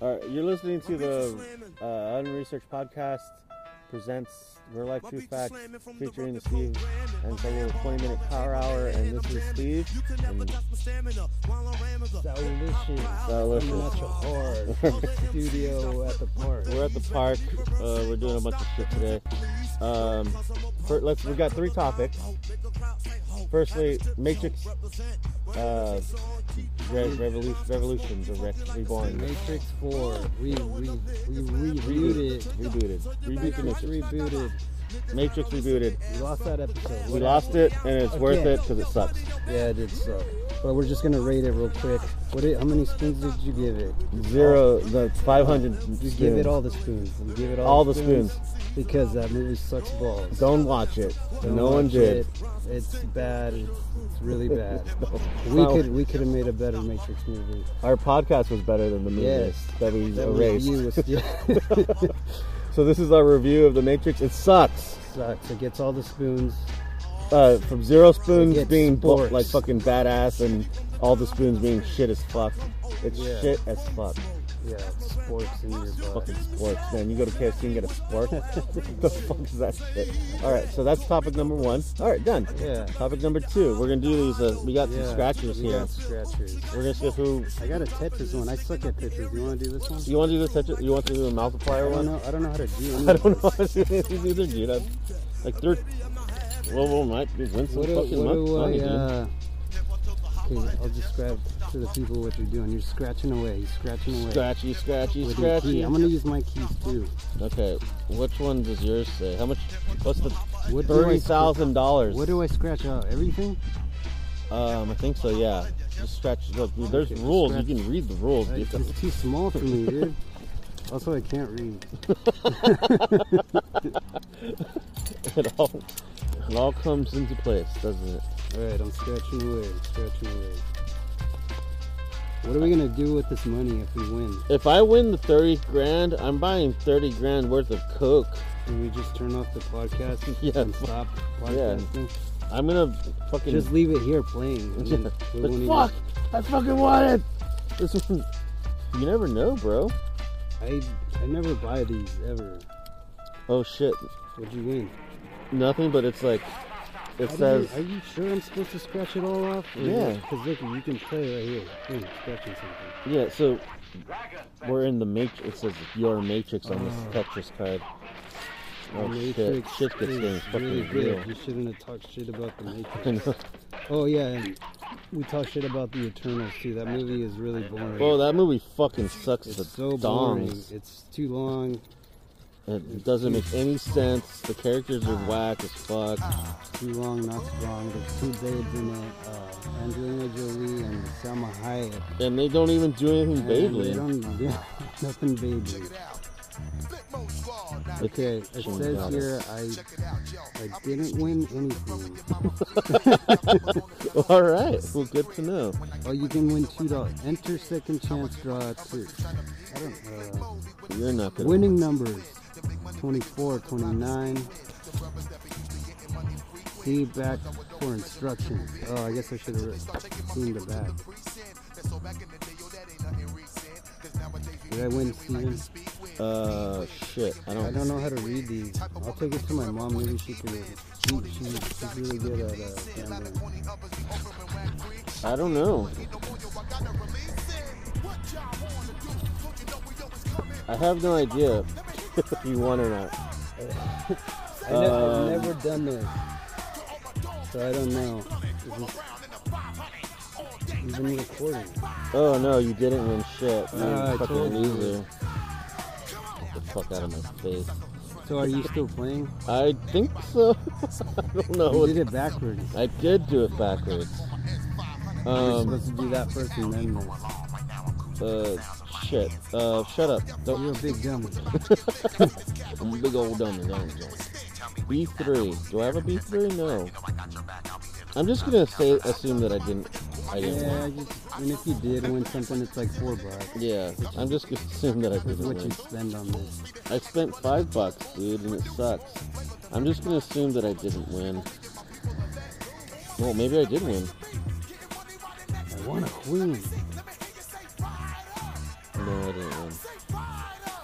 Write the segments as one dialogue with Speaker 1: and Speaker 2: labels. Speaker 1: All right, you're listening to the uh, Unresearched Podcast presents Real Life Truth Facts featuring Steve. And it's a little 20 minute power hour, and this is Steve. And
Speaker 2: We're at your hard studio at the park.
Speaker 1: We're at the park. Uh, we're doing a bunch of shit today. Um, fir- let's. We've got three topics. Firstly, Matrix uh, Re- Revolution, Revolutions or Re- Reborn.
Speaker 2: Matrix 4. We, we, we reviewed it.
Speaker 1: Rebooted. Reboot the
Speaker 2: Matrix
Speaker 1: Matrix.
Speaker 2: rebooted.
Speaker 1: Matrix rebooted.
Speaker 2: We lost that episode.
Speaker 1: We lost it, and it's worth
Speaker 2: Okay.
Speaker 1: it because it sucks.
Speaker 2: Yeah, it did suck. But we're just gonna rate it real quick. What? Did, how many spoons did you give it?
Speaker 1: Zero, the 500
Speaker 2: You
Speaker 1: spoons.
Speaker 2: give it all the spoons. You give it all,
Speaker 1: All the spoons.
Speaker 2: because that movie sucks balls.
Speaker 1: Don't watch it. no one
Speaker 2: watch
Speaker 1: did.
Speaker 2: it. It's bad. It's, it's really bad. we
Speaker 1: No.
Speaker 2: could we could have made a better Matrix movie.
Speaker 1: Our podcast was better than the movie
Speaker 2: Yes.
Speaker 1: that we
Speaker 2: That
Speaker 1: erased.
Speaker 2: review was yeah,
Speaker 1: So this is our review of The Matrix. It sucks.
Speaker 2: sucks. It gets all the spoons.
Speaker 1: Uh, from zero spoons
Speaker 2: Forget
Speaker 1: being bu-
Speaker 2: sports.
Speaker 1: like fucking badass and all the spoons being shit as fuck. It's
Speaker 2: Yeah.
Speaker 1: shit as fuck.
Speaker 2: Yeah, sports in your butt.
Speaker 1: Fucking sports, man. You go to KFC and get a spork. What the fuck is that shit? All right, so that's topic number one. All right, done.
Speaker 2: Yeah.
Speaker 1: Topic number two. We're gonna do these. Uh, we got some
Speaker 2: Yeah,
Speaker 1: scratchers
Speaker 2: we
Speaker 1: here.
Speaker 2: got scratchers.
Speaker 1: We're gonna see who.
Speaker 2: I got a Tetris one. I suck at Tetris. You want to do this one?
Speaker 1: You want to do the Tetris? You want to do the multiplier
Speaker 2: I don't
Speaker 1: one?
Speaker 2: know. I don't know how to do
Speaker 1: I
Speaker 2: it.
Speaker 1: don't know how to do these either, dude. I'm, like they're. Well, we might be win some
Speaker 2: What do,
Speaker 1: fucking
Speaker 2: what do
Speaker 1: money,
Speaker 2: I?
Speaker 1: dude.
Speaker 2: Uh, okay, I'll describe to the people what you're doing. You're scratching away. You're scratching away.
Speaker 1: Scratchy, scratchy,
Speaker 2: with your key.
Speaker 1: scratchy.
Speaker 2: I'm gonna use my keys too.
Speaker 1: Okay, which one does yours say? How much? What's the
Speaker 2: What do I
Speaker 1: thirty
Speaker 2: sc-
Speaker 1: thousand dollars?
Speaker 2: What do I scratch out? Everything?
Speaker 1: Um, I think so. Yeah. Just scratch. Look, dude, there's
Speaker 2: Okay,
Speaker 1: rules.
Speaker 2: scratch.
Speaker 1: You can read the rules,
Speaker 2: It's
Speaker 1: dude.
Speaker 2: it's too small for me, dude. Also, I can't read.
Speaker 1: it all, it all comes into place, doesn't it?
Speaker 2: All right, I'm scratching away. Scratching away. What are we gonna do with this money if we win?
Speaker 1: If I win the thirty grand, I'm buying thirty grand worth of coke.
Speaker 2: Do we just turn off the podcast
Speaker 1: Yeah.
Speaker 2: and stop podcasting?
Speaker 1: I'm gonna fucking.
Speaker 2: Just leave it here playing. and then we
Speaker 1: But
Speaker 2: won't even-
Speaker 1: fuck, I fucking want it. This one, you never know, bro.
Speaker 2: I, I never buy these ever.
Speaker 1: Oh shit,
Speaker 2: What'd you win?
Speaker 1: nothing. But it's like, it
Speaker 2: How do
Speaker 1: says.
Speaker 2: you, are you sure I'm supposed to scratch it all off?
Speaker 1: Yeah.
Speaker 2: Because look, you can play right here. Boom, scratching something.
Speaker 1: Yeah, so we're in the matrix. It says your matrix on this Tetris card. Oh
Speaker 2: Matrix
Speaker 1: shit! Shit, this
Speaker 2: is
Speaker 1: thing's fucking
Speaker 2: really
Speaker 1: real.
Speaker 2: good. You shouldn't have talked shit about the
Speaker 1: I
Speaker 2: Matrix.
Speaker 1: know.
Speaker 2: oh yeah, and we talked shit about the Eternals too. That movie is really boring.
Speaker 1: Whoa, that movie fucking sucks.
Speaker 2: it's
Speaker 1: the
Speaker 2: so boring.
Speaker 1: dongs.
Speaker 2: It's too long.
Speaker 1: It doesn't make any sense. The characters are whack as fuck.
Speaker 2: Too long, not strong. There's two babes in it. Uh, Angelina Jolie and Selma Hayek.
Speaker 1: And they don't even do anything
Speaker 2: And They
Speaker 1: vaguely.
Speaker 2: don't, yeah, nothing baby. Okay, it says here I I didn't win anything.
Speaker 1: All right, well, good to know.
Speaker 2: Oh, you can win two dollars. Enter second chance draw two. I don't know.
Speaker 1: You're not gonna.
Speaker 2: Winning numbers 24, 29. See back for instructions. Oh, I guess I should have seen the back. Did I win, Steven?
Speaker 1: Uh, shit. I don't.
Speaker 2: I don't know how to read these. I'll take it to my mom. Maybe she can. She, she, she's really good at uh, gambling.
Speaker 1: I don't know. I have no idea if you won or not.
Speaker 2: I never, I've never done this, so I don't know. Is this even recording?
Speaker 1: Oh no, you didn't win shit. You
Speaker 2: Ah, I
Speaker 1: fucking
Speaker 2: told you.
Speaker 1: loser. Get the fuck out of my face.
Speaker 2: So are you still playing?
Speaker 1: I think so. I don't know.
Speaker 2: You
Speaker 1: what-
Speaker 2: did it backwards.
Speaker 1: I did do it backwards.
Speaker 2: You're
Speaker 1: Um,
Speaker 2: supposed to do that first and then this.
Speaker 1: uh, shit. Uh, shut up. Don't.
Speaker 2: You're a big dummy.
Speaker 1: I'm a big old dummy. Don't you? B3. Do I have a B3? No. I'm just gonna say assume that I didn't. I didn't.
Speaker 2: Yeah,
Speaker 1: win.
Speaker 2: I just, and if you did win something, it's like four bucks.
Speaker 1: Yeah. I'm just gonna assume that I
Speaker 2: That's
Speaker 1: didn't
Speaker 2: what you
Speaker 1: win.
Speaker 2: spend on this.
Speaker 1: I spent five bucks, dude, and it sucks. I'm just gonna assume that I didn't win. Well, maybe I did win.
Speaker 2: I want a queen.
Speaker 1: No, No, I didn't win.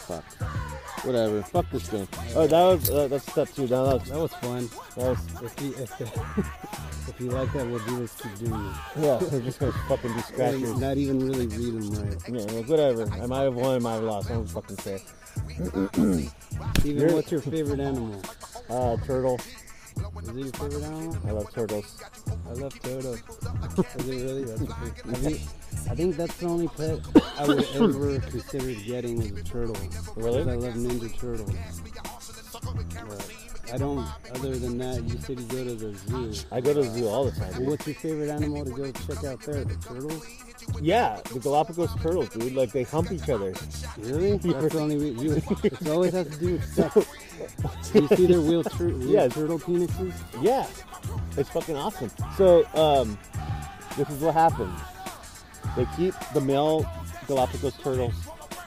Speaker 1: Fuck. Whatever. Fuck this game. Oh, that was uh, that's step two. Now that was,
Speaker 2: That was fun.
Speaker 1: that was
Speaker 2: If you if, if you like that, we'll do this. Keep doing it.
Speaker 1: yeah. We're just gonna fucking do
Speaker 2: And
Speaker 1: scratchers.
Speaker 2: not even really read them right.
Speaker 1: Yeah, like, whatever. I might have won, I might have lost. I don't fucking care.
Speaker 2: Even
Speaker 1: You're-
Speaker 2: what's your favorite animal?
Speaker 1: Uh, turtle.
Speaker 2: Is it your favorite animal?
Speaker 1: I love turtles.
Speaker 2: I love turtles. Is it really? That's I think, I think that's the only pet I would ever consider getting is a turtle.
Speaker 1: Really?
Speaker 2: Because I love Ninja Turtles. But I don't. Other than that, you said you go to the zoo.
Speaker 1: I go to the zoo all the time.
Speaker 2: Well, what's your favorite animal to go check out there? The turtles?
Speaker 1: Yeah, the Galapagos turtles, dude. Like they hump each other.
Speaker 2: Really? That's the only reason. You, it always has to do with sex. Do you see their real, tur- real
Speaker 1: Yeah.
Speaker 2: turtle penises?
Speaker 1: Yeah, it's fucking awesome. So, um, this is what happens. They keep the male Galapagos turtles,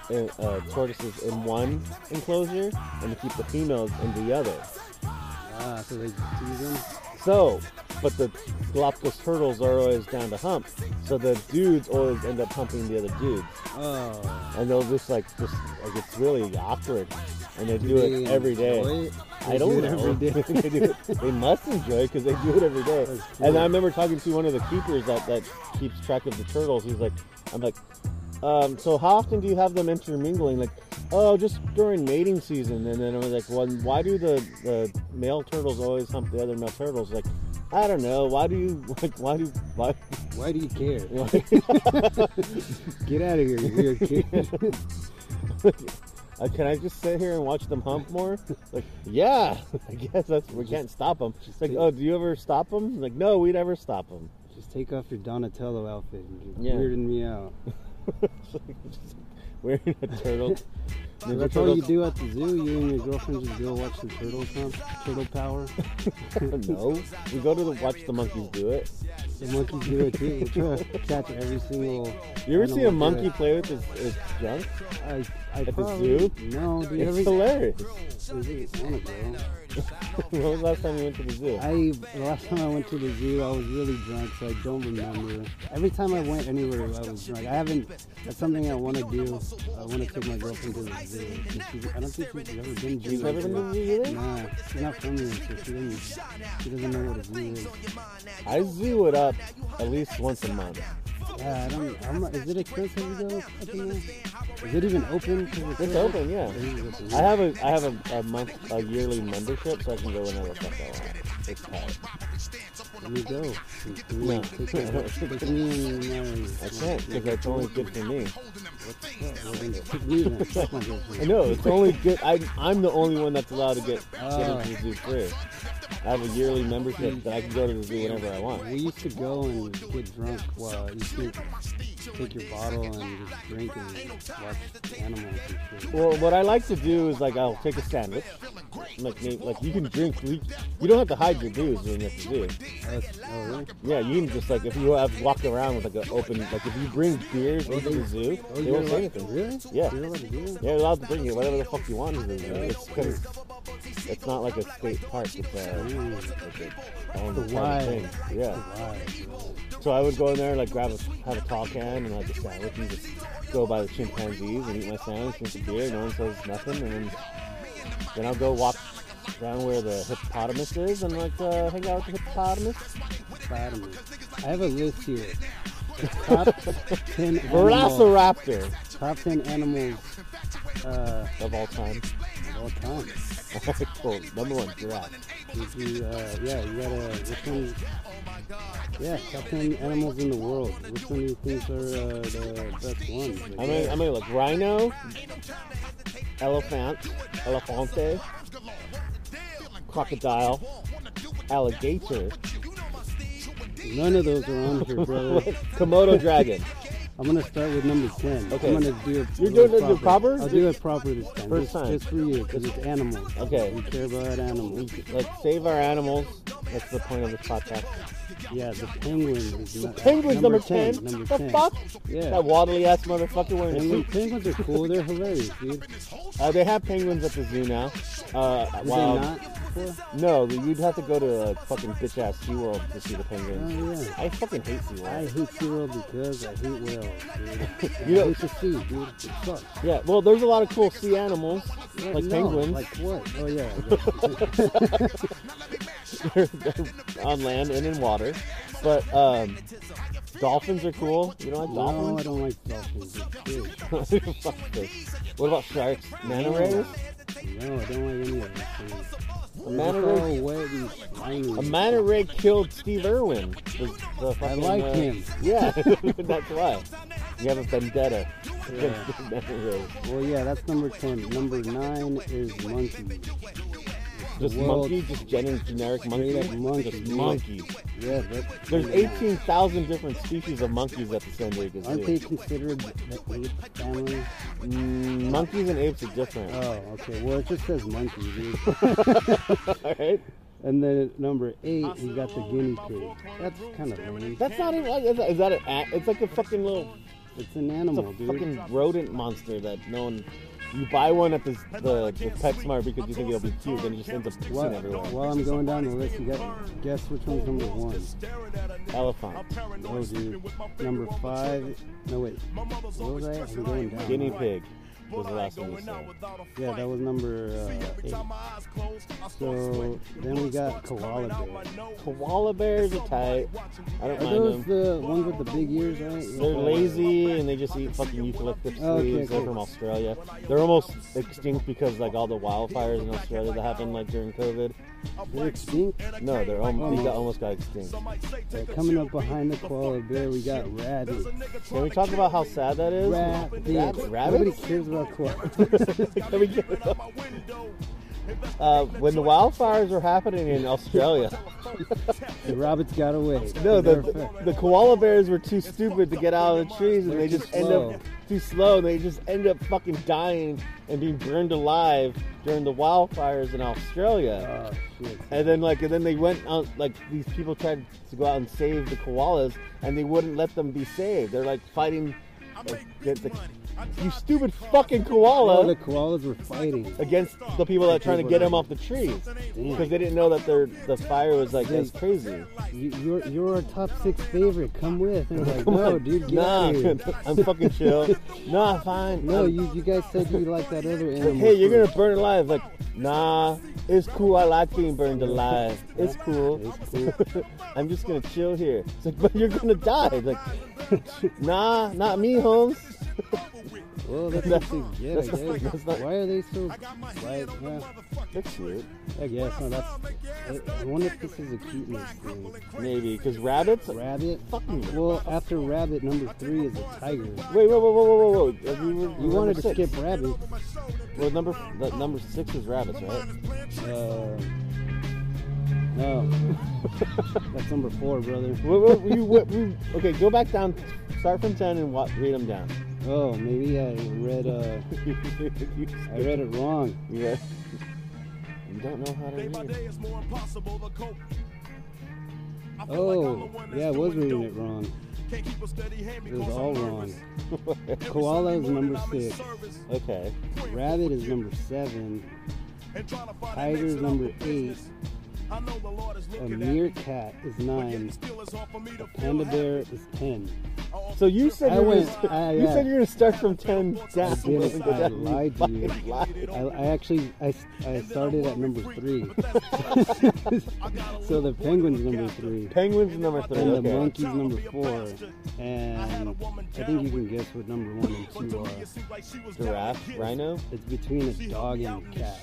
Speaker 1: in, uh, tortoises in one enclosure, and they keep the females in the other.
Speaker 2: Ah, so they tease them?
Speaker 1: So, but the Galapagos turtles are always down to hump, so the dudes always end up humping the other dudes,
Speaker 2: Oh.
Speaker 1: and they'll just like just like it's really awkward, and they do, it
Speaker 2: they
Speaker 1: every day.
Speaker 2: enjoy it?
Speaker 1: I
Speaker 2: They
Speaker 1: don't
Speaker 2: do it
Speaker 1: know.
Speaker 2: every day.
Speaker 1: they, do it- they must enjoy it because they do it every day.
Speaker 2: That's cool.
Speaker 1: And I remember talking to one of the keepers that, that keeps track of the turtles. He's like, I'm like, um, so how often do you have them intermingling? Like, oh, just during mating season. And then I was like, well, why do the, the male turtles always hump the other male turtles? Like, I don't know. Why do you like? Why do why?
Speaker 2: Why do you care?
Speaker 1: why
Speaker 2: Get out of here, you weird kid.
Speaker 1: uh, can I just sit here and watch them hump more? Like, yeah, I guess that's we can't stop them. It's like,
Speaker 2: take-
Speaker 1: oh, do you ever stop them? Like, no, we never stop them.
Speaker 2: Just take off your Donatello outfit. and You're
Speaker 1: Yeah.
Speaker 2: weirding me out.
Speaker 1: Wearing a turtle. Ninja
Speaker 2: That's all
Speaker 1: turtles?
Speaker 2: you do at the zoo. You and your girlfriend just go watch the turtles, huh? Turtle Power.
Speaker 1: no, we go to the watch the monkeys do it.
Speaker 2: The monkeys do it too. We try to catch every single.
Speaker 1: You ever see a
Speaker 2: animal
Speaker 1: monkey
Speaker 2: doing
Speaker 1: play with his, his junk?
Speaker 2: it. I, I
Speaker 1: the
Speaker 2: probably-
Speaker 1: zoo?
Speaker 2: No, dude.
Speaker 1: It's
Speaker 2: Every,
Speaker 1: hilarious.
Speaker 2: I wanna go.
Speaker 1: when was the last time you went to the zoo?
Speaker 2: I the last time I went to the zoo, I was really drunk, so I don't remember. Every time I went anywhere, I was drunk. I haven't. That's something I want to do. I want to take my girlfriend to the zoo. And she's- I don't think she's ever been to
Speaker 1: You've
Speaker 2: the
Speaker 1: never
Speaker 2: zoo.
Speaker 1: been to the zoo either?
Speaker 2: Nah, she's not from here, so she doesn't. She doesn't know what a zoo is.
Speaker 1: I zoo it up at least once a month.
Speaker 2: Yeah, I don't. I'm not, is it expensive to go? up in there? Is it even open? 'Cause
Speaker 1: It's open, yeah.
Speaker 2: It is open.
Speaker 1: I have a I have a, a month a yearly membership so I can go whenever the fuck I want. It's hard.
Speaker 2: There you go.
Speaker 1: No.
Speaker 2: Take me- take me and Mary.
Speaker 1: I can't because it's only good for me.
Speaker 2: Well, then take me then. That's my girlfriend.
Speaker 1: I know it's only good. I, I'm the only one that's allowed to get get
Speaker 2: Oh.
Speaker 1: into the zoo free. I have a yearly membership that I can go to the zoo whenever I want.
Speaker 2: We used to go and get drunk while you could take your bottle and just drink and watch animals and shit.
Speaker 1: Well, what I like to do is like I'll take a sandwich. Like me, like you can drink. You you don't have to hide your booze when you're at the zoo.
Speaker 2: That's- oh, really?
Speaker 1: Yeah, you can just like if you have walk around with like an open like if you bring beers into the zoo,
Speaker 2: Oh,
Speaker 1: they
Speaker 2: you're
Speaker 1: won't say
Speaker 2: allowed-
Speaker 1: anything.
Speaker 2: Really?
Speaker 1: Yeah.
Speaker 2: You're allowed to do that?
Speaker 1: They're allowed to bring you whatever the fuck you want into the zoo. It's kind of, it's not like a state park. It's a,
Speaker 2: Ooh,
Speaker 1: it's a own
Speaker 2: The
Speaker 1: kind
Speaker 2: wild.
Speaker 1: of thing. Yeah.
Speaker 2: wow.
Speaker 1: So I would go in there, like grab a have a tall can and like a sandwich, and just go by the chimpanzees and eat my sandwich, drink a beer. No one says nothing, and then then I'll go walk down where the hippopotamus is and like uh, hang out with the hippopotamus.
Speaker 2: Spider-Man. I have a list here. Top 10 animals.
Speaker 1: Velociraptor
Speaker 2: Top 10 animals uh,
Speaker 1: of all time.
Speaker 2: of all time.
Speaker 1: cool. Number one, giraffe.
Speaker 2: If you, uh, yeah, you gotta, which one, yeah, top 10 animals in the world. Which one do you think are uh, the best ones? Like,
Speaker 1: I mean, I mean, like rhino, elephant, elefante, crocodile, alligator,
Speaker 2: None of those are on here, brother.
Speaker 1: Komodo dragon.
Speaker 2: I'm gonna start with number ten.
Speaker 1: Okay.
Speaker 2: I'm gonna do it.
Speaker 1: You're doing it the proper?
Speaker 2: I'll do it proper this time.
Speaker 1: First
Speaker 2: just,
Speaker 1: time.
Speaker 2: just for you, because it's animals.
Speaker 1: Okay.
Speaker 2: We care about animals.
Speaker 1: Like save our animals. That's the point of this podcast.
Speaker 2: Yeah, the penguin is not,
Speaker 1: Penguins number, 10.
Speaker 2: Number
Speaker 1: the
Speaker 2: 10.
Speaker 1: fuck?
Speaker 2: Yeah.
Speaker 1: That waddly ass motherfucker wearing a
Speaker 2: Penguin,
Speaker 1: suit.
Speaker 2: penguins are cool. They're hilarious, dude. Is
Speaker 1: Uh, they have penguins at the zoo now. Uh,
Speaker 2: it
Speaker 1: while-
Speaker 2: not? before?
Speaker 1: No, you'd have to go to a fucking bitch ass SeaWorld to see the penguins.
Speaker 2: Oh, yeah.
Speaker 1: I fucking hate
Speaker 2: I
Speaker 1: SeaWorld.
Speaker 2: hate SeaWorld because I hate whales, dude.
Speaker 1: You know-
Speaker 2: I hate the sea, dude. It sucks.
Speaker 1: Yeah, well, there's a lot of cool sea animals, like
Speaker 2: No,
Speaker 1: penguins,
Speaker 2: Like what? Oh, yeah. I guess.
Speaker 1: on land and in water. But um, dolphins are cool. You don't like
Speaker 2: no,
Speaker 1: dolphins?
Speaker 2: I don't like dolphins. They're cute.
Speaker 1: Fuck this. what about sharks? Manta rays?
Speaker 2: No, I don't like any of those things.
Speaker 1: A
Speaker 2: They're
Speaker 1: manta
Speaker 2: just all
Speaker 1: ray?
Speaker 2: wet and slimy.
Speaker 1: A manta ray killed Steve Irwin. The, the fucking,
Speaker 2: like
Speaker 1: uh,
Speaker 2: him.
Speaker 1: Yeah, that's why. You have a vendetta against the manta rays.
Speaker 2: Well, yeah, that's number 10. Number 9 is monkeys.
Speaker 1: Just
Speaker 2: Well,
Speaker 1: monkey, just gen- generic monkey.
Speaker 2: up monkey,
Speaker 1: Just
Speaker 2: dude.
Speaker 1: monkey.
Speaker 2: Yeah, but
Speaker 1: There's 18,000 different species of monkeys at the San Diego
Speaker 2: Aren't they
Speaker 1: Zoo.
Speaker 2: considered the ape family?
Speaker 1: Mm, monkeys and apes are different.
Speaker 2: Oh, okay. Well, it just says monkey, dude.
Speaker 1: Alright?
Speaker 2: and then at number 8, we got the guinea pig. That's kind of lame.
Speaker 1: That's not even like, is that- is that an a- It's like a fucking little,
Speaker 2: It's an
Speaker 1: it's a
Speaker 2: animal, Oh, dude.
Speaker 1: fucking rodent monster that no one, you buy one at the, the, the PetSmart because you think it'll be cute and it just ends up
Speaker 2: While,
Speaker 1: pissing everywhere.
Speaker 2: while I'm going down the list, you got guess which one's number one?
Speaker 1: Elephant,
Speaker 2: No, Oh, dude. Number five. No, wait. What was I? I'm going down.
Speaker 1: guinea pig was the last one we saw.
Speaker 2: Yeah, that was number uh, eight. So then we got koala bear.
Speaker 1: Koala bears are tight. I don't
Speaker 2: Are
Speaker 1: mind them.
Speaker 2: those the ones with the big ears, right?
Speaker 1: They're lazy and they just eat fucking eucalyptus
Speaker 2: Okay,
Speaker 1: leaves. They're
Speaker 2: cool.
Speaker 1: from Australia. They're almost extinct because like all the wildfires in Australia that happened like during COVID.
Speaker 2: They're extinct.
Speaker 1: No, they're almost,
Speaker 2: Oh.
Speaker 1: they got, almost got extinct.
Speaker 2: Uh, coming up behind the koala bear, we got rabbits.
Speaker 1: Can we talk about how sad that is?
Speaker 2: Rabbits.
Speaker 1: Rab-
Speaker 2: Nobody
Speaker 1: rabbits?
Speaker 2: cares about koalas.
Speaker 1: Can we get uh, when the wildfires were happening in Australia,
Speaker 2: the rabbits got away.
Speaker 1: no, the,
Speaker 2: They're fa-
Speaker 1: the koala bears were too stupid to get out of the trees, and they
Speaker 2: They're
Speaker 1: just
Speaker 2: too
Speaker 1: end
Speaker 2: slow.
Speaker 1: up too slow, and they just end up fucking dying and being burned alive during the wildfires in Australia.
Speaker 2: Oh, shit.
Speaker 1: And then like, and then they went out. Like these people tried to go out and save the koalas, and they wouldn't let them be saved. They're like fighting. like, get the- you stupid fucking
Speaker 2: Oh,
Speaker 1: koala
Speaker 2: the koalas were fighting.
Speaker 1: against the people that are trying to get them off the trees because they didn't know that their the fire was like that's crazy.
Speaker 2: You, you're you're our top six favorite. Come with. And they're like, no, dude, get
Speaker 1: Nah,
Speaker 2: out of here.
Speaker 1: I'm fucking chill. Nah, fine.
Speaker 2: No,
Speaker 1: I'm-
Speaker 2: you you guys said you liked that other animal.
Speaker 1: Hey, you're
Speaker 2: first.
Speaker 1: gonna burn alive? Like, nah, it's cool. I like being burned alive. It's cool.
Speaker 2: It's cool.
Speaker 1: I'm just gonna chill here. It's like, but you're gonna die. It's like, nah, not me, Holmes.
Speaker 2: Well, that's
Speaker 1: That's-
Speaker 2: what they get, I
Speaker 1: that's not-
Speaker 2: guess.
Speaker 1: that's not-
Speaker 2: Why are they so? Why, well,
Speaker 1: That's cute.
Speaker 2: I guess no. That's. I, I wonder if this is a cuteness thing.
Speaker 1: Maybe because rabbits. Wait,
Speaker 2: Rabbit.
Speaker 1: Fucking-
Speaker 2: Well, after rabbit, number three is a tiger.
Speaker 1: whoa, whoa, whoa, whoa, whoa! whoa. We were,
Speaker 2: You wanted to
Speaker 1: six.
Speaker 2: skip rabbit.
Speaker 1: Well, number the, number six is rabbits, right?
Speaker 2: Uh, no. that's number four, brother.
Speaker 1: Whoa, whoa, we, we, we, okay, go back down. Start from ten and wa- read them down.
Speaker 2: Oh, maybe I read. Uh, I read it wrong.
Speaker 1: yeah. You don't know how to
Speaker 3: Day by
Speaker 1: read.
Speaker 3: day, it's more impossible to cope. I feel like I'm the
Speaker 2: Oh,
Speaker 3: one
Speaker 2: yeah, I
Speaker 3: that's
Speaker 2: was
Speaker 3: doing
Speaker 2: reading it
Speaker 3: dope.
Speaker 2: wrong.
Speaker 3: Can't keep a steady hand
Speaker 2: It was
Speaker 3: because I'm
Speaker 2: all
Speaker 3: nervous.
Speaker 2: wrong.
Speaker 3: Every
Speaker 2: Koala
Speaker 3: Sunday
Speaker 2: is number
Speaker 3: morning, I'm in
Speaker 2: six.
Speaker 3: service,
Speaker 1: Okay.
Speaker 3: praying for
Speaker 2: Rabbit is
Speaker 3: you
Speaker 2: number seven.
Speaker 3: and trying to find the
Speaker 2: Tiger's
Speaker 3: next level
Speaker 2: number
Speaker 3: of business.
Speaker 2: eight.
Speaker 3: I know the Lord is
Speaker 2: A
Speaker 3: looking at me,
Speaker 2: meerkat is
Speaker 3: but yet
Speaker 2: nine.
Speaker 3: still it's hard for me to feel
Speaker 2: Panda
Speaker 3: happy.
Speaker 2: bear is ten.
Speaker 3: Oh,
Speaker 1: So you said
Speaker 2: I
Speaker 1: you were
Speaker 2: went-
Speaker 1: gonna,
Speaker 2: I,
Speaker 1: you
Speaker 2: uh,
Speaker 1: said you were gonna start from ten down.
Speaker 2: I did it. I lied to you.
Speaker 1: Fucking lied.
Speaker 2: I, I actually I, I started at number three. so the penguin's number three,
Speaker 1: Penguins number three.
Speaker 2: and the
Speaker 1: okay.
Speaker 2: monkey's number four, and I think you can guess what number one and two are.
Speaker 1: Giraffe, rhino,
Speaker 2: It's between a dog and a cat.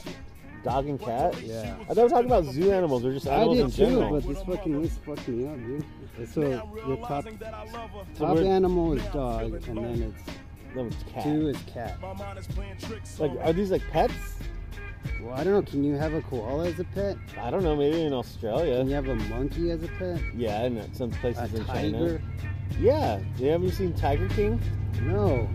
Speaker 1: dog, and cat.
Speaker 2: Yeah.
Speaker 1: I thought we were talking about zoo animals or just
Speaker 2: I
Speaker 1: animals in
Speaker 2: did too,
Speaker 1: general.
Speaker 2: but this fucking list fucked me up, dude. So the top
Speaker 3: that I love her.
Speaker 1: So
Speaker 2: top
Speaker 1: we're-
Speaker 2: animal is dog, and then it's
Speaker 1: No, it's cat.
Speaker 2: two is cat.
Speaker 3: My mind is playing tricks.
Speaker 1: Like,
Speaker 3: on me.
Speaker 1: are these like pets?
Speaker 2: Well, I don't know. Can you have a koala as a pet?
Speaker 1: I don't know. Maybe in
Speaker 2: Can you
Speaker 1: Australia.
Speaker 2: have a monkey as a pet?
Speaker 1: Yeah, in some
Speaker 2: A
Speaker 1: places in China.
Speaker 2: tiger?
Speaker 1: Yeah. You haven't seen Tiger King?
Speaker 2: No.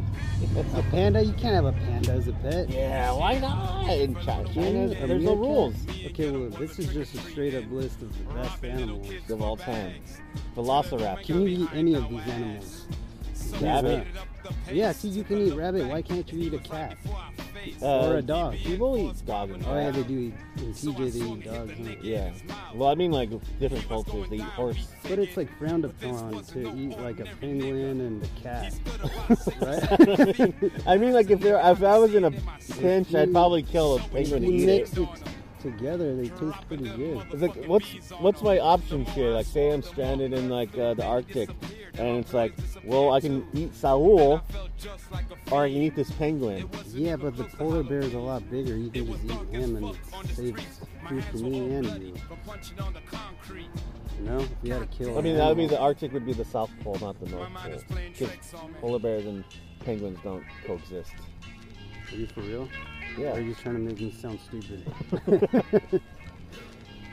Speaker 2: a panda? You can't have a panda as a pet.
Speaker 1: Yeah. Why not? In China,
Speaker 2: Can you? A
Speaker 1: there's no
Speaker 2: meerkat?
Speaker 1: rules
Speaker 2: Okay, well, this is just a straight up list of the best animals.
Speaker 1: of all time. Velociraptor.
Speaker 2: Can you eat any of these animals?
Speaker 1: Rabbit.
Speaker 2: Yeah, see, you can eat rabbit. Why can't you eat a cat?
Speaker 1: Uh,
Speaker 2: Or a dog.
Speaker 1: People eat dog and
Speaker 2: Oh yeah,
Speaker 1: rat.
Speaker 2: they do eat. In TJ, they eat dogs. Huh?
Speaker 1: Yeah. Well, I mean, like different cultures, they eat horse.
Speaker 2: But it's like frowned upon to eat like a penguin and a cat, right?
Speaker 1: I mean, like if there, if I was in a pinch, I'd probably kill a penguin to
Speaker 2: you
Speaker 1: eat it.
Speaker 2: mix it together, they taste pretty good.
Speaker 1: It's like, what's what's my options here? Like, say I'm stranded in like uh, the Arctic, and it's like, well, I can eat Saul, or I can eat this penguin.
Speaker 2: Yeah, but the polar bear is a lot bigger. You can just eat him and save food for me and you. You know, if you had to kill.
Speaker 1: I
Speaker 2: an
Speaker 1: mean, that would be
Speaker 2: animal.
Speaker 1: the Arctic would be the South Pole, not the North Pole. 'Cause polar bears and penguins don't coexist.
Speaker 2: Are you for real? Or are
Speaker 1: Yeah.
Speaker 2: you just trying to make me sound stupid?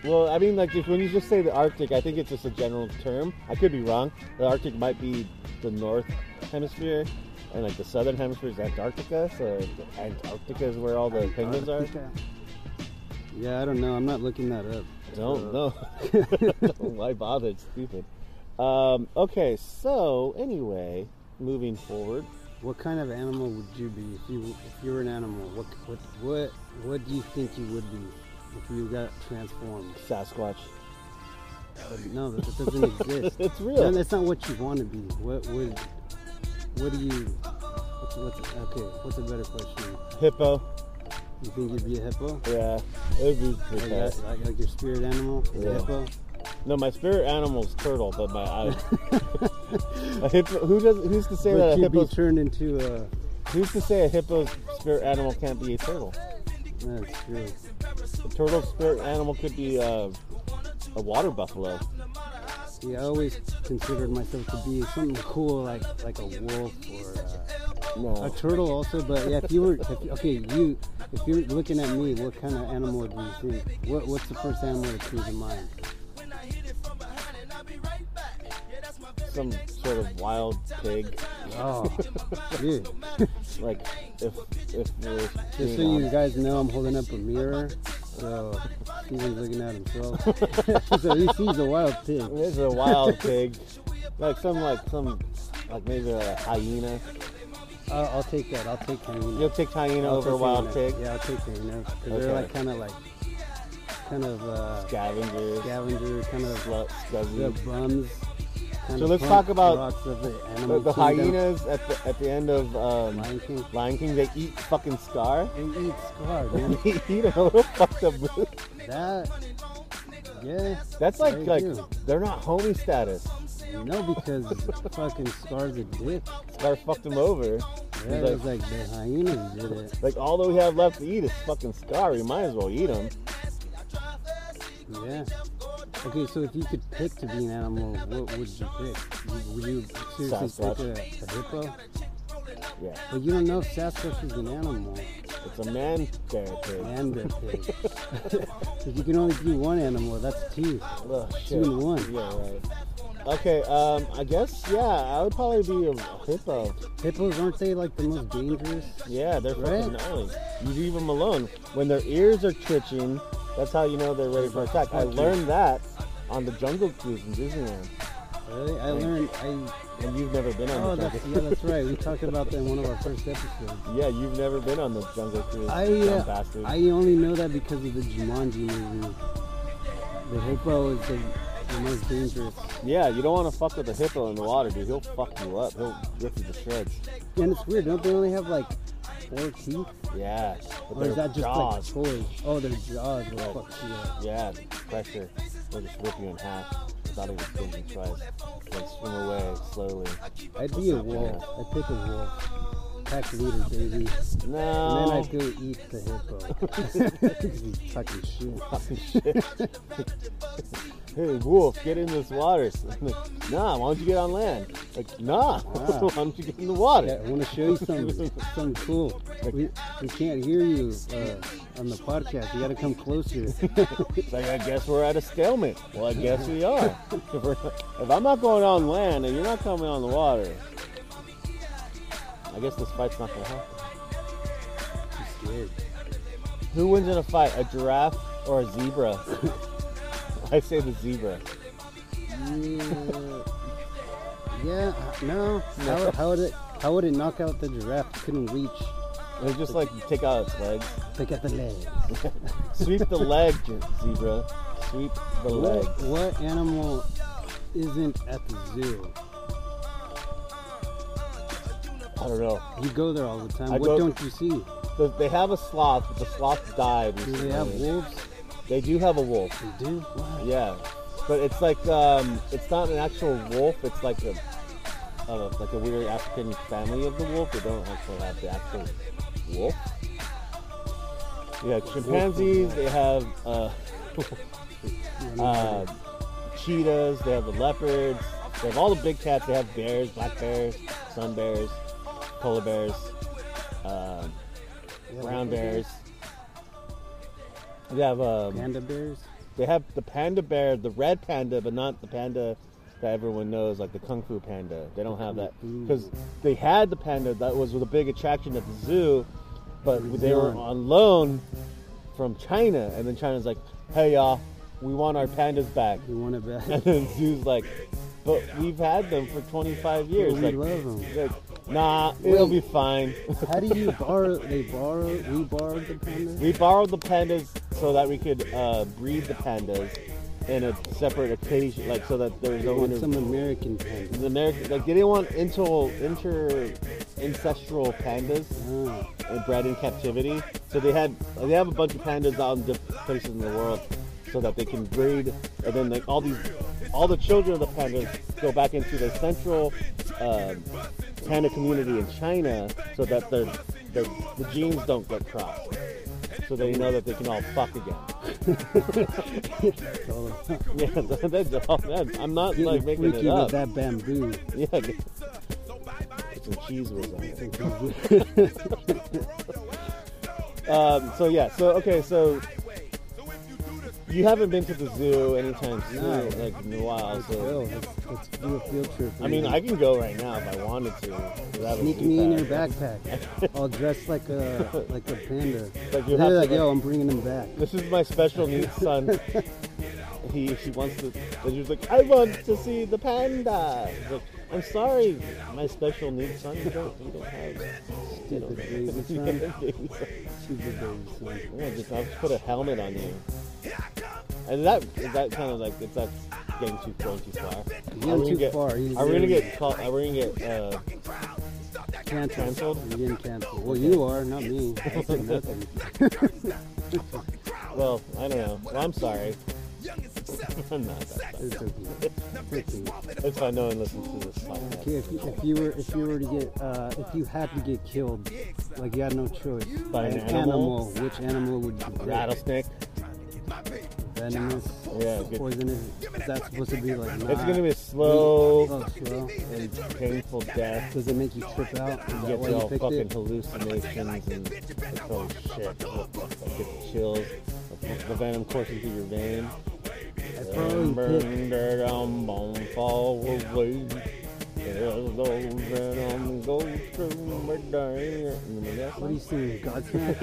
Speaker 1: Well, I mean, like if when you just say the Arctic, I think it's just a general term. I could be wrong. The Arctic might be the North Hemisphere, and like the Southern Hemisphere is Antarctica. So Antarctica is where all the penguins are.
Speaker 2: Yeah, I don't know. I'm not looking that up.
Speaker 1: Don't know. Why bother? It's stupid. Um, okay, so anyway, moving forward,
Speaker 2: What kind of animal would you be if you if you were an animal? What what what what do you think you would be if you got transformed?
Speaker 1: Sasquatch.
Speaker 2: No, that, that doesn't exist.
Speaker 1: It's real.
Speaker 2: No, that's not what you want to be. What would what do you? What's, what's, okay, what's a better question?
Speaker 1: Hippo.
Speaker 2: You think you'd be a hippo?
Speaker 1: Yeah, it would be pretty
Speaker 2: Like,
Speaker 1: bad.
Speaker 2: that- like, like your spirit animal, is a
Speaker 1: Yeah.
Speaker 2: hippo.
Speaker 1: No, my spirit animal's turtle, but my I, a hippo. Who does? Who's to say that
Speaker 2: Would
Speaker 1: a
Speaker 2: you be
Speaker 1: hippo?
Speaker 2: turned into a?
Speaker 1: Who's to say a hippo's spirit animal can't be a turtle?
Speaker 2: That's true.
Speaker 1: A turtle's spirit animal could be uh, a water buffalo.
Speaker 2: Yeah, I always considered myself to be something cool, like like a wolf or. Uh, A
Speaker 1: No,
Speaker 2: turtle also, but yeah, if you were if, okay, you if you're looking at me, what kind of animal do you think? What what's the first animal that comes to mind?
Speaker 1: some sort of wild pig.
Speaker 2: Oh, dude!
Speaker 1: Like if if we're
Speaker 2: Just so you guys know, I'm holding up a mirror, so Steven's looking at himself. so he sees a wild pig.
Speaker 1: There's a wild pig, like some like some like maybe a hyena.
Speaker 2: I'll, I'll take that. I'll take hyena.
Speaker 1: You'll take hyena
Speaker 2: I'll
Speaker 1: over
Speaker 2: take
Speaker 1: a wild
Speaker 2: hyena.
Speaker 1: pig.
Speaker 2: Yeah, I'll take hyena because
Speaker 1: Okay.
Speaker 2: they're like kind of like kind of uh,
Speaker 1: Scavenger,
Speaker 2: scavenger, kind of
Speaker 1: slut, scuzzy.
Speaker 2: the
Speaker 1: mm.
Speaker 2: bums. kind
Speaker 1: So
Speaker 2: of
Speaker 1: let's
Speaker 2: punk
Speaker 1: talk about
Speaker 2: rocks of the,
Speaker 1: The,
Speaker 2: animal
Speaker 1: the
Speaker 2: kingdom.
Speaker 1: hyenas at the at the end of um,
Speaker 2: Lion King.
Speaker 1: Lion King, they eat fucking Scar.
Speaker 2: And eat Scar, man.
Speaker 1: They eat a little fucked up moose.
Speaker 2: That, yeah.
Speaker 1: That's like
Speaker 2: They
Speaker 1: like
Speaker 2: do.
Speaker 1: they're not homie status.
Speaker 2: No, because fucking Scar's a dick.
Speaker 1: Scar fucked him over.
Speaker 2: Yeah,
Speaker 1: He's
Speaker 2: it was
Speaker 1: like,
Speaker 2: like the hyenas did it.
Speaker 1: like all that we have left to eat is fucking Scar. We might as well eat him.
Speaker 2: Yeah. Okay, so if you could pick to be an animal, what would you pick? You- Would you seriously
Speaker 1: Sasquatch.
Speaker 2: pick a, a hippo?
Speaker 1: Yeah,
Speaker 2: But you don't know if Sasquatch is an animal
Speaker 1: it's a man bear pig.
Speaker 2: and a pig. if you can only do one animal, that's two.
Speaker 1: Oh,
Speaker 2: Two
Speaker 1: shit.
Speaker 2: and one.
Speaker 1: Yeah, right. Okay, um, I guess yeah, I would probably be a hippo.
Speaker 2: Hippos aren't they like the most dangerous?
Speaker 1: Yeah, they're fucking
Speaker 2: Right?
Speaker 1: gnarly. You leave them alone. When their ears are twitching, that's how you know they're ready for attack. I learned that on the Jungle Cruise in Disneyland,
Speaker 2: Really? I learned. I
Speaker 1: and you've never been on
Speaker 2: oh,
Speaker 1: the
Speaker 2: that's,
Speaker 1: Jungle.
Speaker 2: yeah, that's right. We talked about that in one of our first episodes.
Speaker 1: Yeah, you've never been on the Jungle Cruise,
Speaker 2: I
Speaker 1: dumb
Speaker 2: uh,
Speaker 1: bastard.
Speaker 2: I only know that because of the Jumanji movie. The hippo is the, the most dangerous,
Speaker 1: yeah, you don't want to fuck with a hippo in the water, dude. He'll fuck you up. He'll rip you to shreds.
Speaker 2: and it's weird. Don't they only have like four teeth,
Speaker 1: Yeah, but
Speaker 2: or
Speaker 1: their
Speaker 2: is that just
Speaker 1: jaws.
Speaker 2: like toys? Oh, their jaws will fuck you up.
Speaker 1: Yeah, pressure. They'll just rip you in half without even thinking twice. Then swim away slowly.
Speaker 2: I'd be a wolf. I'd pick a wolf. Pack leader, baby. And then
Speaker 1: No.
Speaker 2: I'd go eat the hippo. Because he's fucking shit.
Speaker 1: Hey, wolf, get in this water. nah, why don't you get on land? Like, nah, why don't you get in the water?
Speaker 2: Yeah, I want to show you something, something cool. We, we can't hear you uh, on the podcast. You got to come closer.
Speaker 1: It's like, I guess we're at a stalemate. Well, I guess we are. if, we're- if I'm not going on land and you're not coming on the water, I guess this fight's not going to happen. Who wins in a fight, a giraffe or a zebra? I say the zebra.
Speaker 2: Yeah, yeah, no. How, how would it? How would it knock out the giraffe? It couldn't reach.
Speaker 1: It's just like you take out its legs.
Speaker 2: Pick at the legs.
Speaker 1: Sweep the leg, zebra. Sweep the leg.
Speaker 2: What, what animal isn't at the zoo?
Speaker 1: I don't know.
Speaker 2: You go there all the time.
Speaker 1: I
Speaker 2: what
Speaker 1: go-
Speaker 2: don't you see?
Speaker 1: So they have a sloth, but the sloth died.
Speaker 2: Do they have
Speaker 1: recently.
Speaker 2: wolves?
Speaker 1: They do have a wolf.
Speaker 2: They do. Wow.
Speaker 1: Yeah, but it's like um, it's not an actual wolf. It's like a uh, like a weird African family of the wolf. They don't actually have the actual wolf. Yeah, chimpanzees. They have uh, uh, cheetahs. They have the leopards. They have all the big cats. They have bears, black bears, sun bears, polar bears, um, brown bears. They have um,
Speaker 2: Panda bears.
Speaker 1: they have the panda bear, the red panda, but not the panda that everyone knows, like the kung fu panda. They don't have that because they had the panda that was a big attraction at the zoo, but they were on loan from China, and then China's like, "Hey y'all, we want our pandas back,"
Speaker 2: You want to bet?
Speaker 1: and then the zoo's like, "But we've had them for 25 years."
Speaker 2: We
Speaker 1: Like,
Speaker 2: love 'em.
Speaker 1: like, nah, it'll be fine.
Speaker 2: How do you borrow? They borrow. We borrowed the panda.
Speaker 1: We borrowed the pandas so that we could uh, breed the pandas in a separate occasion, like so that there was
Speaker 2: They
Speaker 1: no
Speaker 2: want some
Speaker 1: inter-
Speaker 2: American panda.
Speaker 1: the American, like they didn't want inter, inter ancestral pandas
Speaker 2: Ah,
Speaker 1: uh, bred in captivity. So they had they have a bunch of pandas out in different places in the world so that they can breed, and then like all these all the children of the pandas go back into the central um, panda community in China so that the, the the genes don't get crossed. So they know that they can all fuck again.
Speaker 2: it's all about
Speaker 1: Yeah, that's all. That, I'm not
Speaker 2: getting
Speaker 1: like making it
Speaker 2: freaky
Speaker 1: up.
Speaker 2: with that bamboo.
Speaker 1: Yeah. Put some cheese whiz on it. Um, so yeah, so okay, so you haven't been to the zoo anytime soon,
Speaker 2: No.
Speaker 1: like in a while.
Speaker 2: Well,
Speaker 1: So
Speaker 2: let's, let's do a field trip.
Speaker 1: I mean,
Speaker 2: man.
Speaker 1: I can go right now if I wanted to. 'cause I have a
Speaker 2: Sneak
Speaker 1: zoo
Speaker 2: me in
Speaker 1: pass.
Speaker 2: your backpack, all dressed like a like a panda.
Speaker 1: Like you have to,
Speaker 2: They're like,
Speaker 1: like-
Speaker 2: yo, I'm bringing him back.
Speaker 1: This is my special needs son. he he wants to. And he was like, I want to see the panda. I was like, I'm sorry, my special needs son. You don't you don't have. You
Speaker 2: Stupid
Speaker 1: don't
Speaker 2: baby
Speaker 1: you
Speaker 2: son.
Speaker 1: have babies.
Speaker 2: Stupid baby son.
Speaker 1: Yeah, Oh just I'll just put a helmet on you. And that is that kind of like if that's getting too going too far.
Speaker 2: Getting
Speaker 1: Are we
Speaker 2: too
Speaker 1: gonna get-
Speaker 2: far, he's
Speaker 1: Are we gonna
Speaker 2: very-
Speaker 1: get caught? Are we gonna get? Uh,
Speaker 2: Cancelled.
Speaker 1: Canceled?
Speaker 2: You're getting canceled. Well, you are, not me. I said nothing.
Speaker 1: well, I don't know. Well, I'm sorry. I'm not. That sorry.
Speaker 2: It's okay. It's okay.
Speaker 1: It's fine. No one listens to this podcast.
Speaker 2: Okay, if, if you were if you were to get uh, if you had to get killed, like you had no choice
Speaker 1: By an
Speaker 2: animal, which animal would you pick?
Speaker 1: Rattlesnake.
Speaker 2: Venomous,
Speaker 1: Yeah, good.
Speaker 2: poisonous. Is that supposed to be like?
Speaker 1: It's gonna be a
Speaker 2: Oh,
Speaker 1: slow
Speaker 2: slow.
Speaker 1: and painful death.
Speaker 2: Does it make you trip out?
Speaker 1: You
Speaker 2: Is that
Speaker 1: get
Speaker 2: why
Speaker 1: the
Speaker 2: you
Speaker 1: all
Speaker 2: picked
Speaker 1: fucking
Speaker 2: it?
Speaker 1: hallucinations and like, oh shit, I get the chills. The venom coursing through your veins.
Speaker 2: I
Speaker 1: And
Speaker 2: probably pick.
Speaker 1: burn that I'm on fall away. There's those that I'm go through my day. Remember that
Speaker 2: What are you
Speaker 1: song?
Speaker 2: singing? Godsmack.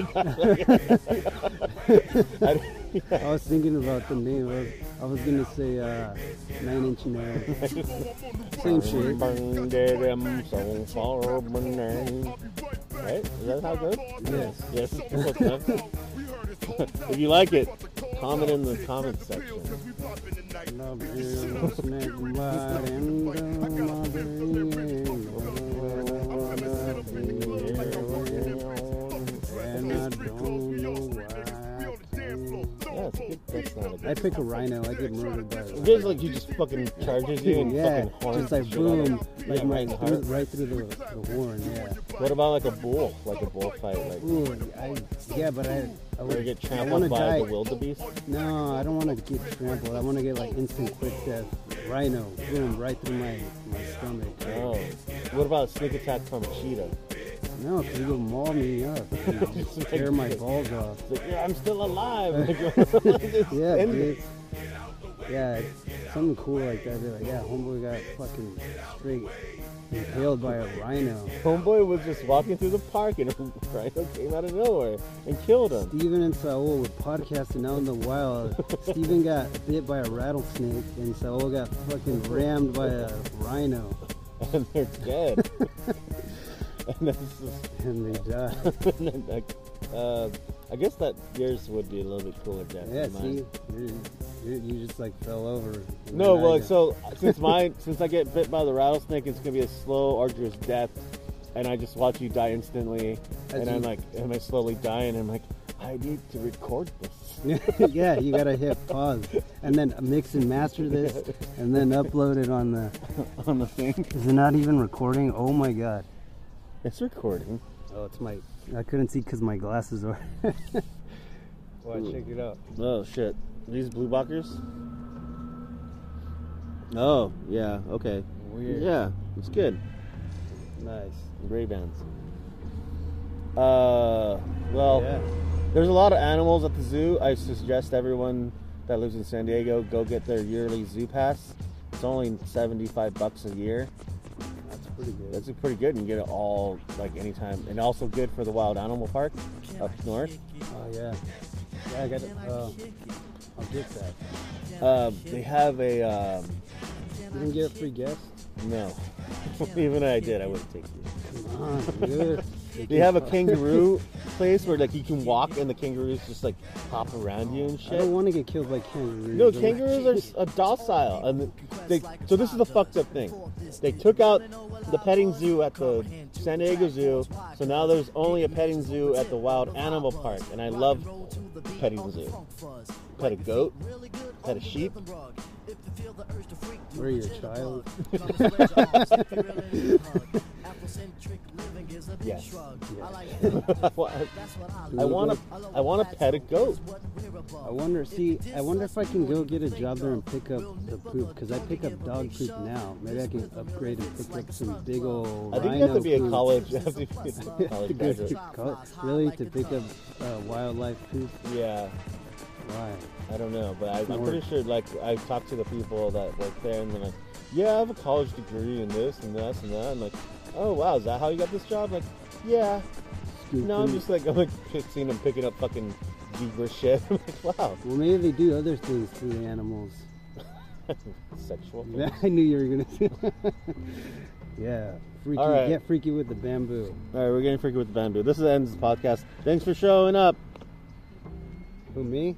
Speaker 1: I-
Speaker 2: I was thinking about the name. I was, I was gonna say uh, Nine Inch Nails. Same shit.
Speaker 1: Burn that I'm so far away. Right? Is that how it goes?
Speaker 2: Yes.
Speaker 1: Yes, it's close enough. If you like it, comment in the comments section.
Speaker 2: Love is neck, but in the mother
Speaker 1: Yeah, it's good.
Speaker 2: and I don't know why.
Speaker 1: That's not a
Speaker 2: I
Speaker 1: good.
Speaker 2: pick a rhino. I get murdered by a rhino.
Speaker 1: There's like he just fucking charges you and
Speaker 2: Yeah,
Speaker 1: fucking horns.
Speaker 2: just like
Speaker 1: and shit out of
Speaker 2: boom,
Speaker 1: you.
Speaker 2: like
Speaker 1: yeah, right
Speaker 2: right,
Speaker 1: in the
Speaker 2: through,
Speaker 1: heart.
Speaker 2: right through the, the horn. Yeah.
Speaker 1: What about like a bull, like a bullfight, like
Speaker 2: Ooh, I yeah, but I I
Speaker 1: where
Speaker 2: would
Speaker 1: you get
Speaker 2: I wanna
Speaker 1: trampled by
Speaker 2: die.
Speaker 1: the wildebeest?
Speaker 2: No, I don't want to get trampled. I want to get like instant quick death. Rhino, boom, right through my my stomach.
Speaker 1: No. Oh. What about a sneak attack from a cheetah?
Speaker 2: No, because you'll maul me up. and just tear my balls off.
Speaker 1: It's like, yeah, I'm still alive.
Speaker 2: Yeah,
Speaker 1: yeah,
Speaker 2: dude. Yeah, it's something cool like that. They're like, yeah, homeboy got fucking straight impaled by a rhino.
Speaker 1: Homeboy was just walking through the park and a rhino came out of nowhere and killed him.
Speaker 2: Steven and Saul were podcasting out in the wild. Steven got bit by a rattlesnake, and Saul got fucking rammed by a rhino.
Speaker 1: and they're dead. and that's just
Speaker 2: and they die.
Speaker 1: like, uh, I guess that yours would be a little bit cooler, Jeff.
Speaker 2: Yeah,
Speaker 1: than mine.
Speaker 2: see, you, you, you just like fell over. and
Speaker 1: No,
Speaker 2: then
Speaker 1: well,
Speaker 2: I
Speaker 1: like,
Speaker 2: got-
Speaker 1: so since mine, since I get bit by the rattlesnake, it's gonna be a slow, arduous death, and I just watch you die instantly,
Speaker 2: As
Speaker 1: and
Speaker 2: you-
Speaker 1: I'm like, am I slowly dying? I'm like, I need to record this.
Speaker 2: yeah, you gotta hit pause and then mix and master this, and then upload it on the.
Speaker 1: on the thing.
Speaker 2: Is it not even recording? Oh my god!
Speaker 1: It's recording.
Speaker 2: Oh, it's my. I couldn't see because my glasses were.
Speaker 1: Ooh.
Speaker 2: Well, check it out.
Speaker 1: Oh shit! These blue blockers. Oh yeah. Okay.
Speaker 2: Weird.
Speaker 1: Yeah, it's good.
Speaker 2: Nice.
Speaker 1: Ray Bans. Uh, well,
Speaker 2: Yeah.
Speaker 1: there's a lot of animals at the zoo. I suggest everyone that lives in San Diego go get their yearly zoo pass. It's only 75 bucks a year.
Speaker 2: That's pretty good.
Speaker 1: That's pretty good, and you get it all like anytime, and also good for the wild animal park up north.
Speaker 2: Oh yeah. Yeah, I got. Uh, I'll get that.
Speaker 1: Uh, they have a um,
Speaker 2: You didn't get a free guest.
Speaker 1: no, even if I did, I wouldn't take it.
Speaker 2: Come on, dude.
Speaker 1: They have a kangaroo place where like you can walk and the kangaroos just like hop around you and
Speaker 2: I
Speaker 1: shit.
Speaker 2: don't want to get killed by kangaroos.
Speaker 1: No,
Speaker 2: I'm-
Speaker 1: kangaroos are s- uh, docile, and they, so this is the fucked up thing. They took out the petting zoo at the San Diego Zoo, so now there's only a petting zoo at the Wild Animal Park, and I love petting the zoo. Pet a goat, pet a sheep.
Speaker 2: Were you a child?
Speaker 1: Yes.
Speaker 4: That's what I
Speaker 1: I
Speaker 4: love.
Speaker 1: want to, I want to pet a goat.
Speaker 2: I wonder. See, I wonder if I can go get a job there and pick up the poop because I pick up dog poop now. Maybe I can upgrade and pick up some big old.
Speaker 1: I think you have to
Speaker 2: rhino
Speaker 1: be a
Speaker 2: poop.
Speaker 1: college, you have to be a
Speaker 2: To
Speaker 1: college
Speaker 2: go
Speaker 1: graduate.
Speaker 2: to col- really to pick up uh, wildlife poop?
Speaker 1: Yeah.
Speaker 2: Why?
Speaker 1: I don't know, but I, I'm
Speaker 2: Or-
Speaker 1: pretty sure. Like I've talked to the people that work there, and they're like, "Yeah, I have a college degree and this and this and that." And like, "Oh wow, is that how you got this job?" like, "Yeah."
Speaker 2: Scoop
Speaker 1: No, I'm
Speaker 2: poop?
Speaker 1: just like I'm like just seeing them picking up fucking zebra shit. I'm like, wow,
Speaker 2: Well, maybe they do other things to the animals.
Speaker 1: sexual.
Speaker 2: I knew you were gonna. say yeah, freaky.
Speaker 1: All right.
Speaker 2: Get freaky with the bamboo.
Speaker 1: All right, we're getting freaky with the bamboo. This is the end of the podcast. Thanks for showing up.
Speaker 2: Who me?